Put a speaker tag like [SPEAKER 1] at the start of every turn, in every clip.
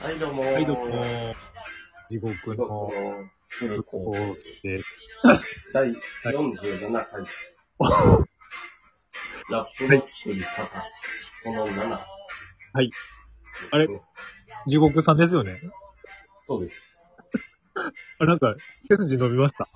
[SPEAKER 1] はい、どうも。
[SPEAKER 2] はい、どうも。地獄
[SPEAKER 1] 地獄
[SPEAKER 2] の
[SPEAKER 1] のスネコ
[SPEAKER 2] コースです。
[SPEAKER 1] 第47回。 ラップの作り方、その7。
[SPEAKER 2] はい。あれ地獄さんですよね。
[SPEAKER 1] そうです。
[SPEAKER 2] あ、なんか、背筋伸びました。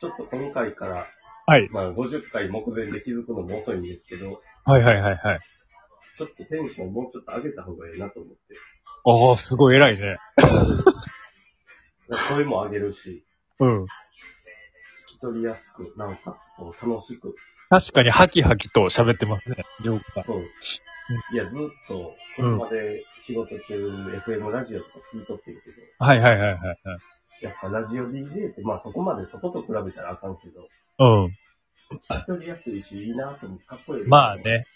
[SPEAKER 1] ちょっと今回から、
[SPEAKER 2] はい。
[SPEAKER 1] まあ50回目前で気づくのも遅いんですけど、
[SPEAKER 2] はいはいはいはい。
[SPEAKER 1] ちょっとテンションもうちょっと上げた方がいいなと思って。
[SPEAKER 2] ああ、すごい偉いね。
[SPEAKER 1] 声も上げるし、
[SPEAKER 2] うん。
[SPEAKER 1] 聞き取りやすく、なおかつこう楽しく。
[SPEAKER 2] 確かにハキハキと喋ってますね。地獄さん。
[SPEAKER 1] そう。いや、ずっと、これまで仕事中、FM ラジオとか聞いとってるけど、
[SPEAKER 2] はいはいはいはいはい。
[SPEAKER 1] やっぱラジオ DJ って、まあそこまでそこと比べたらあかんけど、
[SPEAKER 2] うん。
[SPEAKER 1] 聞き取りやすいし、いいなと思って、かっこいい。
[SPEAKER 2] まあ。ね。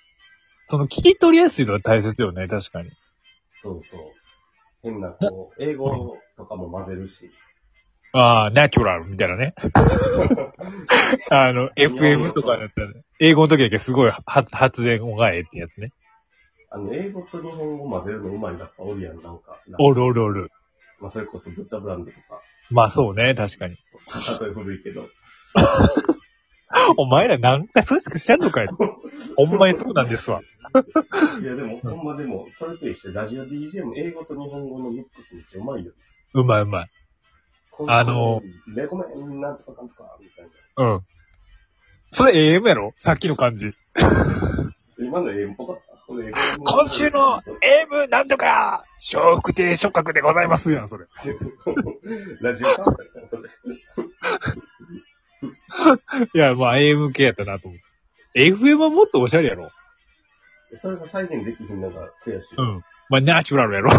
[SPEAKER 2] その聞き取りやすいのは大切よね、確かに。
[SPEAKER 1] そうそう。変な、こう、英語とかも混ぜるし。
[SPEAKER 2] ああ、ナチュラルみたいな ね。あの、FM とかだったら、英語の時だけすごい発発言音がええってやつね。
[SPEAKER 1] あの、英語と日本語混ぜるのうまいラッパーおるやん、なんか。
[SPEAKER 2] おるおるおる。
[SPEAKER 1] まあそれこそブッダブランドとか、
[SPEAKER 2] まあそうね、確かに。
[SPEAKER 1] 例え古いけど。
[SPEAKER 2] お前ら何回それしか知らんのかいほんまにそうなんですわ。
[SPEAKER 1] いやでも、ほんまでも、それと一緒でラジオ DJ も英語と日本語のミックスめっちゃうまいよ。
[SPEAKER 2] うまいうまい。あの、
[SPEAKER 1] レコメンなんとかかんとか、みたいな。
[SPEAKER 2] うん。それ AM やろさっきの感じ。
[SPEAKER 1] 今の英語っぽかった。これ英語
[SPEAKER 2] 今週の AM なんとか、小福亭触覚でございますやん、それ。
[SPEAKER 1] ラジオ関西じゃん、それ。
[SPEAKER 2] いや、まあ AM 系やったなと思って。FM はもっとオシャレやろ
[SPEAKER 1] それが再現できひんのが悔しい。
[SPEAKER 2] うん。まあナチュラルやろ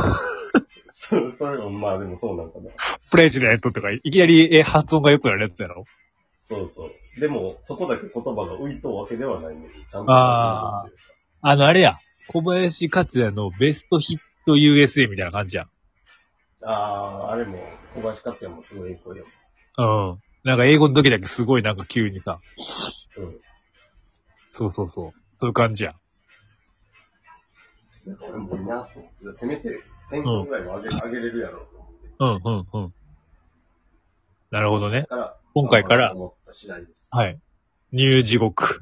[SPEAKER 1] そ それが、まあでもそうなんかな。
[SPEAKER 2] プレジデントとか、いきなりえ発音が良くなるやつやろ
[SPEAKER 1] そうそう。でも、そこだけ言葉が浮いとうわけではないのに、ちゃんと。
[SPEAKER 2] ああの、あれや。小林克也のベストヒット USA みたいな感じやん。
[SPEAKER 1] ああー、あれも、小林克也もすごい英語よ。
[SPEAKER 2] うん。なんか英語の時だけすごいなんか急にさ、
[SPEAKER 1] うん。
[SPEAKER 2] そうそうそう。そういう感じや。
[SPEAKER 1] なんか俺もいいなと思って、せめて、選挙ぐらい は上げ,、上げれるやろうと思って。
[SPEAKER 2] うん、うん、うん。なるほどね
[SPEAKER 1] だ。から、
[SPEAKER 2] 今回から、
[SPEAKER 1] 思った次第です。
[SPEAKER 2] はい。ニュー地獄。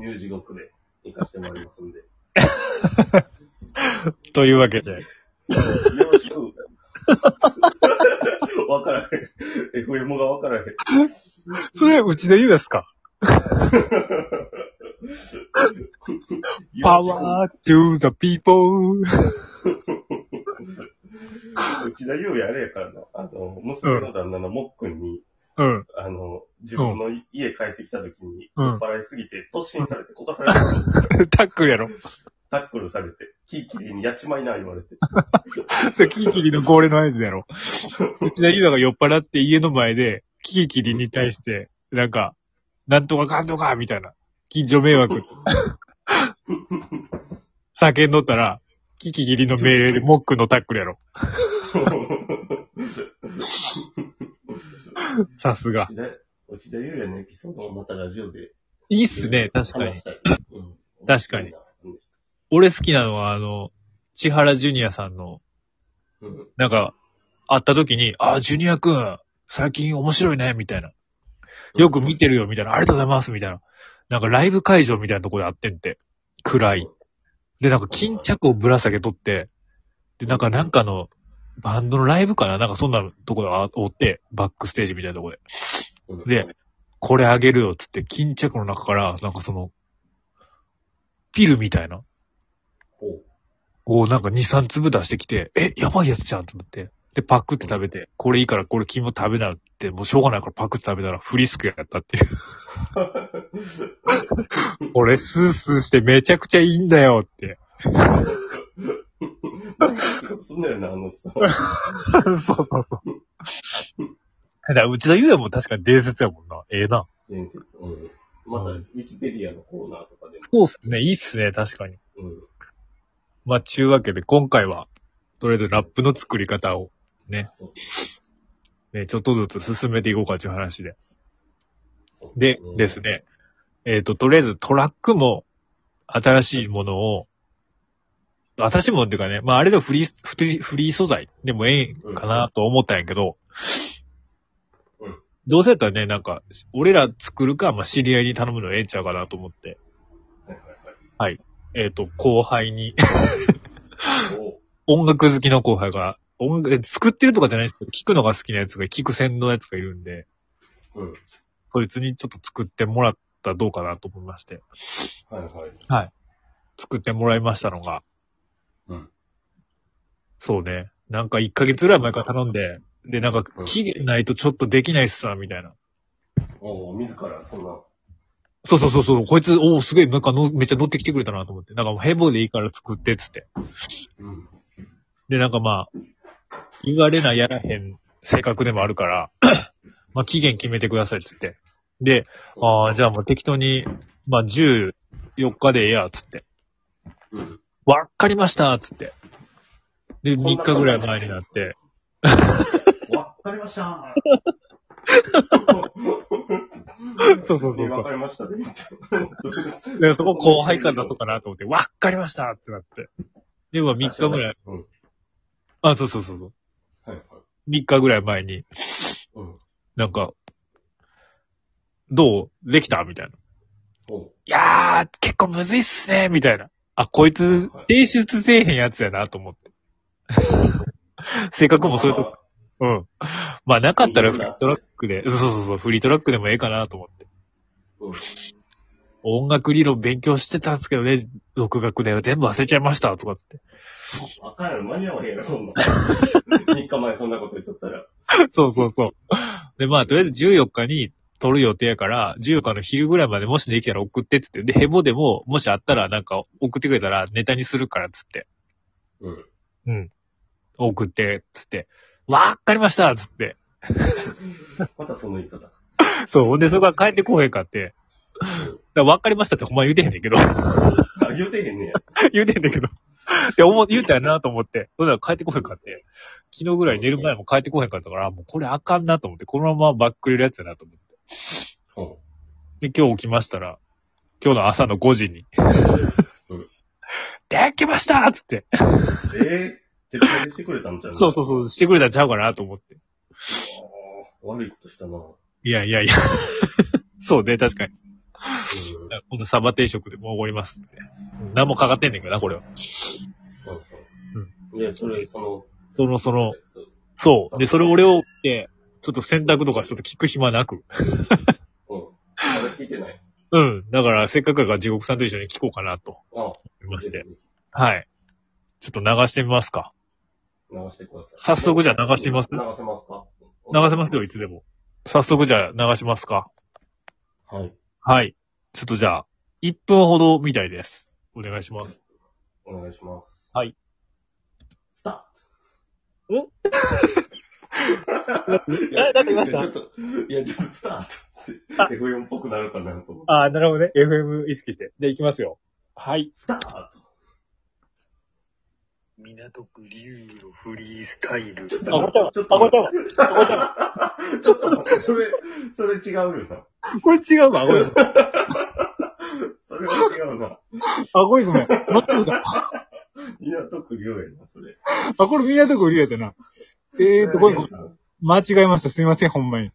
[SPEAKER 1] ニュー地獄で行かせてもらいますん で。
[SPEAKER 2] というわけで。
[SPEAKER 1] よろしく。わからへん。FM がわからへん。
[SPEAKER 2] それ、うちで言うですかパワー to the people.
[SPEAKER 1] ー内田優也あれやからな。あの、娘の旦那のもっくんに、
[SPEAKER 2] うん。
[SPEAKER 1] あの、自分の家帰ってきた時に、
[SPEAKER 2] うん
[SPEAKER 1] 酔っ払いすぎて、突進されて、こかされて、
[SPEAKER 2] タックルやろ。
[SPEAKER 1] タックルされて、キーキリにやっちまいな言われて。
[SPEAKER 2] それ、キキキリの恒例の合図やろ。うちで言うのが酔っ払って家の前で、キキキリに対して、なんか、なんとかかんとか、みたいな。近所迷惑。叫んどったら、キキキリの命令でモックのタックルやろ。さすが。
[SPEAKER 1] 内田内田優也のエピソードをまたラジオで。
[SPEAKER 2] いいっすね、確かに
[SPEAKER 1] 話し。たい。うん
[SPEAKER 2] 確かに。俺好きなのは、あの、千原ジュニアさんの、
[SPEAKER 1] うん。
[SPEAKER 2] なんか、会った時に、あ、ジュニアくん、最近面白いね、みたいな。よく見てるよ、みたいな。ありがとうございます、みたいな。なんかライブ会場みたいなとこで会ってんて。暗い。で、なんか巾着をぶら下げとって、で、なんかなんかの、バンドのライブかななんかそんなとこでおって、バックステージみたいなとこで。
[SPEAKER 1] うん。
[SPEAKER 2] でこれあげるよ、つって、巾着の中から、なんかその、ピルみたいな。
[SPEAKER 1] ほう、
[SPEAKER 2] をなんか2、3粒出してきて、え、やばいやつじゃんと思って。で、パクって食べて、これいいからこれ君も食べなって、もうしょうがないからパクって食べたらフリスクやった っていう。俺スースーしてめちゃくちゃいいんだよって。
[SPEAKER 1] なんか仕事すんだよな、あのさ。
[SPEAKER 2] そうそうそう。だから内田優也も確かに伝説やもんな。ええな。
[SPEAKER 1] 伝説。うん。また、ウィキペディアのコーナーとかで
[SPEAKER 2] そうっすね。いいっすね。確かに。
[SPEAKER 1] も。うん。
[SPEAKER 2] まあ、ちゅうわけで今回は、とりあえずラップの作り方を、
[SPEAKER 1] そう
[SPEAKER 2] ね、ちょっとずつ進めていこうかという話で。
[SPEAKER 1] そう
[SPEAKER 2] で、です。ね。えっ、と、とりあえずトラックも新しいものを私もっていうかね、まああれでもフリー、フリー、フリー素材でもええんかなと思ったんやけど、
[SPEAKER 1] うん
[SPEAKER 2] どうせやったらね、なんか、俺ら作るか、まあ知り合いに頼むのええんちゃうかなと思って、
[SPEAKER 1] はいはいはい。
[SPEAKER 2] えっ、と、後輩に、
[SPEAKER 1] お
[SPEAKER 2] 音楽好きの後輩が、音楽、作ってるとかじゃないですけど、聞くのが好きなやつが、聞く専能のやつがいるんで、
[SPEAKER 1] うん。
[SPEAKER 2] そいつにちょっと作ってもらったらどうかなと思いまして、
[SPEAKER 1] はいはい。
[SPEAKER 2] 作ってもらいましたのが、
[SPEAKER 1] うん。
[SPEAKER 2] そうね、なんか1ヶ月ぐらい前から頼んで、で、なんか
[SPEAKER 1] う、ん
[SPEAKER 2] 期限ないとちょっとできないっすさ、みたいな。
[SPEAKER 1] お自ら、そんな。
[SPEAKER 2] そうそうそうそう、こいつ、おお、すげえ、なんかの、めっちゃ乗ってきてくれたなと思って。なんかもう、平凡でいいから作って、っつって。
[SPEAKER 1] うん。
[SPEAKER 2] で、なんかまあ、言われなやらへん性格でもあるから、 まあ、期限決めてください、っつって。で、ああ、じゃあもう適当に、まあ、14日でええや、っつって。
[SPEAKER 1] うん。
[SPEAKER 2] わっかりました、っつって。で、
[SPEAKER 1] こんな
[SPEAKER 2] 3日ぐらい前になって、
[SPEAKER 1] わかりました。
[SPEAKER 2] そうそうそうそう
[SPEAKER 1] わかりましたね。
[SPEAKER 2] で、そこ後輩から出そうかなと思って、わっかりましたってなって。で、まあ3日ぐらい、。
[SPEAKER 1] うん。はい
[SPEAKER 2] あ、そうそうそうそう。
[SPEAKER 1] はい。
[SPEAKER 2] 3日ぐらい前に、
[SPEAKER 1] うん。
[SPEAKER 2] なんか、どうできたみたいな。
[SPEAKER 1] お
[SPEAKER 2] いやー、結構むずいっすね、みたいな。あ、こいつ、提出せえへんやつやなと思って。性格もそういうとこ、
[SPEAKER 1] こ。
[SPEAKER 2] うん。まあなかったらフリートラックで、そうそうそう、フリートラックでもええかなと思って。
[SPEAKER 1] うん。
[SPEAKER 2] 音楽理論勉強してたんですけどね、独学で全部忘れちゃいました、とかつって。
[SPEAKER 1] あかんやろ、間に合わへんやろ、そんな。3日前そんなこと言っとったら。
[SPEAKER 2] そうそうそう。で、まあ、とりあえず14日に撮る予定やから、14日の昼ぐらいまでもしできたら送ってっつって、で、ヘボでも、もしあったらなんか送ってくれたらネタにするからっつって、
[SPEAKER 1] うん。
[SPEAKER 2] 送って、つって、わっかりましたっつって。
[SPEAKER 1] またその言い方。
[SPEAKER 2] そう、ほんでそこは帰ってこへんかって。だからわっかりましたってほんま言うてへんねんけど。
[SPEAKER 1] あ、言うてへんねや。
[SPEAKER 2] 言うてへんねんけど。って思う、言うたやなと思って。そんなら帰ってこへんかって。昨日ぐらい寝る前も帰ってこへんかったから、もうこれあかんなと思って、このままバックれるやつやなと思って。
[SPEAKER 1] ほ
[SPEAKER 2] で、今日起きましたら、今日の朝の5時に
[SPEAKER 1] うん。
[SPEAKER 2] できましたっつって。
[SPEAKER 1] うえぇ、ー、徹底してくれたんじゃん。
[SPEAKER 2] そうそうそう、してくれたんちゃうかなと思って。
[SPEAKER 1] あー悪いことしたな。う
[SPEAKER 2] いやいやいや。 そうね、確かに。
[SPEAKER 1] ん。
[SPEAKER 2] このサバ定食でもおごりますって。何もかかってんねんけどな、これは。
[SPEAKER 1] うん。で、それ、その、
[SPEAKER 2] その、その、そう。で、それ俺をって、ちょっと洗濯とかちょっと聞く暇なく。
[SPEAKER 1] うん。まだ聞いてない。
[SPEAKER 2] うん。だから、せっかくだから地獄さんと一緒に聞こうかなと
[SPEAKER 1] ああ、
[SPEAKER 2] 思いまして。
[SPEAKER 1] 流
[SPEAKER 2] はい。ちょっと流してみますか。
[SPEAKER 1] してください。
[SPEAKER 2] 早速じゃあ流してみます
[SPEAKER 1] 流せますか
[SPEAKER 2] 流せますよ、いつでも。早速じゃあ流しますか。
[SPEAKER 1] はい。
[SPEAKER 2] はい。ちょっとじゃあ、1分ほどみたいです。お願いします。
[SPEAKER 1] お願いします。
[SPEAKER 2] はい。
[SPEAKER 1] スタ
[SPEAKER 2] ん
[SPEAKER 1] ートん
[SPEAKER 2] ななんか言いました
[SPEAKER 1] ちょっと、いや、ちょっとスタートって、F4 っぽくなるかなと思って。
[SPEAKER 2] ああ、なるほどね。FM 意識して。じゃあ行きますよ。はい。
[SPEAKER 1] スタート
[SPEAKER 3] 港区流のフリースタイル。
[SPEAKER 1] あ
[SPEAKER 2] こっちも
[SPEAKER 1] ちょっ
[SPEAKER 2] あ、これ
[SPEAKER 1] と、
[SPEAKER 2] 多分。これ多分。
[SPEAKER 1] ちょっと待って、それ、それ違うよな。
[SPEAKER 2] これ違うわ、これ。
[SPEAKER 1] それは違うな。
[SPEAKER 2] あ、ごめんごめん。間違えた。
[SPEAKER 1] 港区龍やな、それ。
[SPEAKER 2] あ、これ港区りやったな。えーと、ごめんごめん。間違えました。すいません、ほんまに。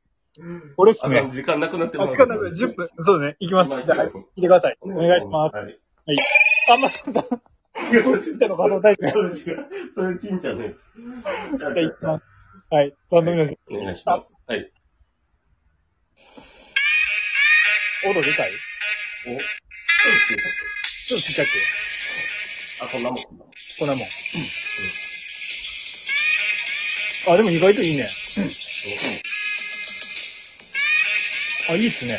[SPEAKER 2] これっす
[SPEAKER 1] あ
[SPEAKER 2] ね。
[SPEAKER 1] 時間なくなって
[SPEAKER 2] あ、
[SPEAKER 1] ます。
[SPEAKER 2] 時間なくない10分。そうね。行きます。じ
[SPEAKER 1] まあ
[SPEAKER 2] ゃあ、はい
[SPEAKER 1] 10分
[SPEAKER 2] 来てください。お願いします。
[SPEAKER 1] はい。
[SPEAKER 2] あんま、そうだ。
[SPEAKER 1] 違う、違う、違
[SPEAKER 2] 言
[SPEAKER 1] う
[SPEAKER 2] ったのか、そう、大丈
[SPEAKER 1] それ違う。それ金ちゃんのやつ。じゃあ
[SPEAKER 2] 夫。じゃあ、行きます。はい。3度目の音
[SPEAKER 1] お願いします。はい。
[SPEAKER 2] で
[SPEAKER 1] お、そ
[SPEAKER 2] かい
[SPEAKER 1] う
[SPEAKER 2] ちょっとちっちゃく。
[SPEAKER 1] あ、こんなもんこんなもん。
[SPEAKER 2] こんなもん。あ、でも意外といいね。あ、いいっすね。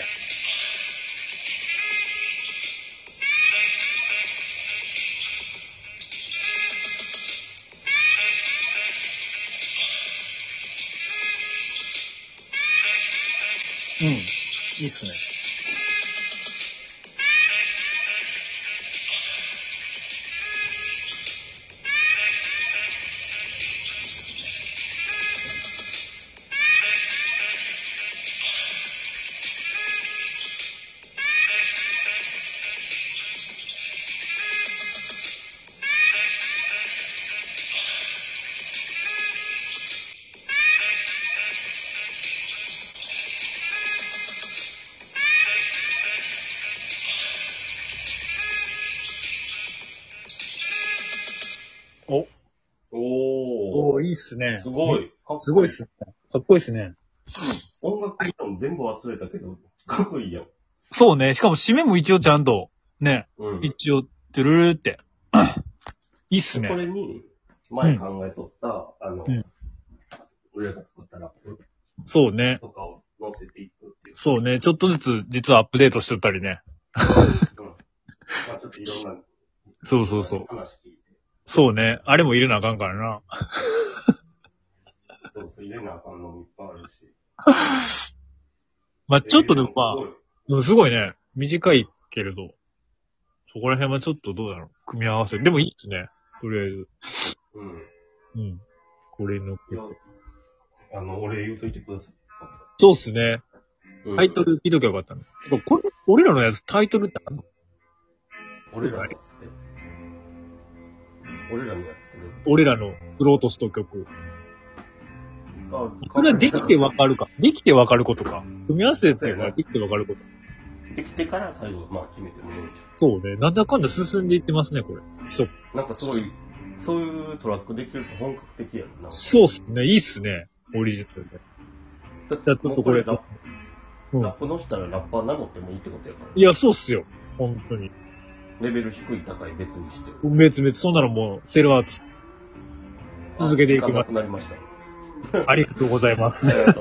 [SPEAKER 2] うん。いいっすね。
[SPEAKER 1] お
[SPEAKER 2] いっすね
[SPEAKER 1] す。ごい。かっこ
[SPEAKER 2] すごいっすね。かっこいいっすね。
[SPEAKER 1] 音楽理論全部忘れたけど、かっこいいやん。
[SPEAKER 2] そうね。しかも締めも一応ちゃんと、ね、
[SPEAKER 1] うん。
[SPEAKER 2] 一応、てるるるって。いいっす
[SPEAKER 1] これ
[SPEAKER 2] ね。
[SPEAKER 1] に、前考えとった、あの
[SPEAKER 2] うん、
[SPEAKER 1] 俺らが作ったラップ
[SPEAKER 2] そうね。
[SPEAKER 1] とかを載せていくっていう。
[SPEAKER 2] そうね。ちょっとずつ、実はアップデートしとったりね。
[SPEAKER 1] うん。まあちょっといろんな
[SPEAKER 2] そうそうそう。
[SPEAKER 1] 話聞いて、
[SPEAKER 2] そうね。あれも入れなあかんからな。
[SPEAKER 1] そうそう入れなあかんのもいっぱいあるし。
[SPEAKER 2] まあ、ちょっとでもまあ
[SPEAKER 1] すごい、
[SPEAKER 2] でもすごいね。短いけれど。そこら辺はちょっとどうだろう。組み合わせ。でもいいっすね。とりあえず。
[SPEAKER 1] うん。
[SPEAKER 2] うん。これの。
[SPEAKER 1] いや、あの、俺言うといてください。
[SPEAKER 2] そうっすね。タイト
[SPEAKER 1] ル。
[SPEAKER 2] ル聞いときゃよかったの。てかこれ、俺らのやつタイトルってあんの
[SPEAKER 1] 俺らのやつって。俺らのやつってね。
[SPEAKER 2] 俺らのフロートスト曲。
[SPEAKER 1] あ
[SPEAKER 2] これはできてわかるか。できてわかることか。組み合わせて
[SPEAKER 1] そうや
[SPEAKER 2] か
[SPEAKER 1] な
[SPEAKER 2] できてわかること。
[SPEAKER 1] できてから最後、まあ決めてもいいんじ
[SPEAKER 2] そうね。なんだかんだ進んでいってますね、これ。
[SPEAKER 1] ゃん。なんかすごい、そういうトラックできると本格的やんな。
[SPEAKER 2] そうっすね。いいっすね。オリジナルで。
[SPEAKER 1] だっ
[SPEAKER 2] じゃあちょっとこれ
[SPEAKER 1] もうラ
[SPEAKER 2] う
[SPEAKER 1] ッ
[SPEAKER 2] ん
[SPEAKER 1] ラップ乗せたらラッパー名乗ってもいいってことやから。
[SPEAKER 2] いや、そうっすよ。本当に。
[SPEAKER 1] レベル低い高い別にして。
[SPEAKER 2] 別々、そんなのもう、セルアート。続けていき
[SPEAKER 1] あ時間な
[SPEAKER 2] ます
[SPEAKER 1] くなりました。
[SPEAKER 2] ありがとうございます。
[SPEAKER 1] ありがとう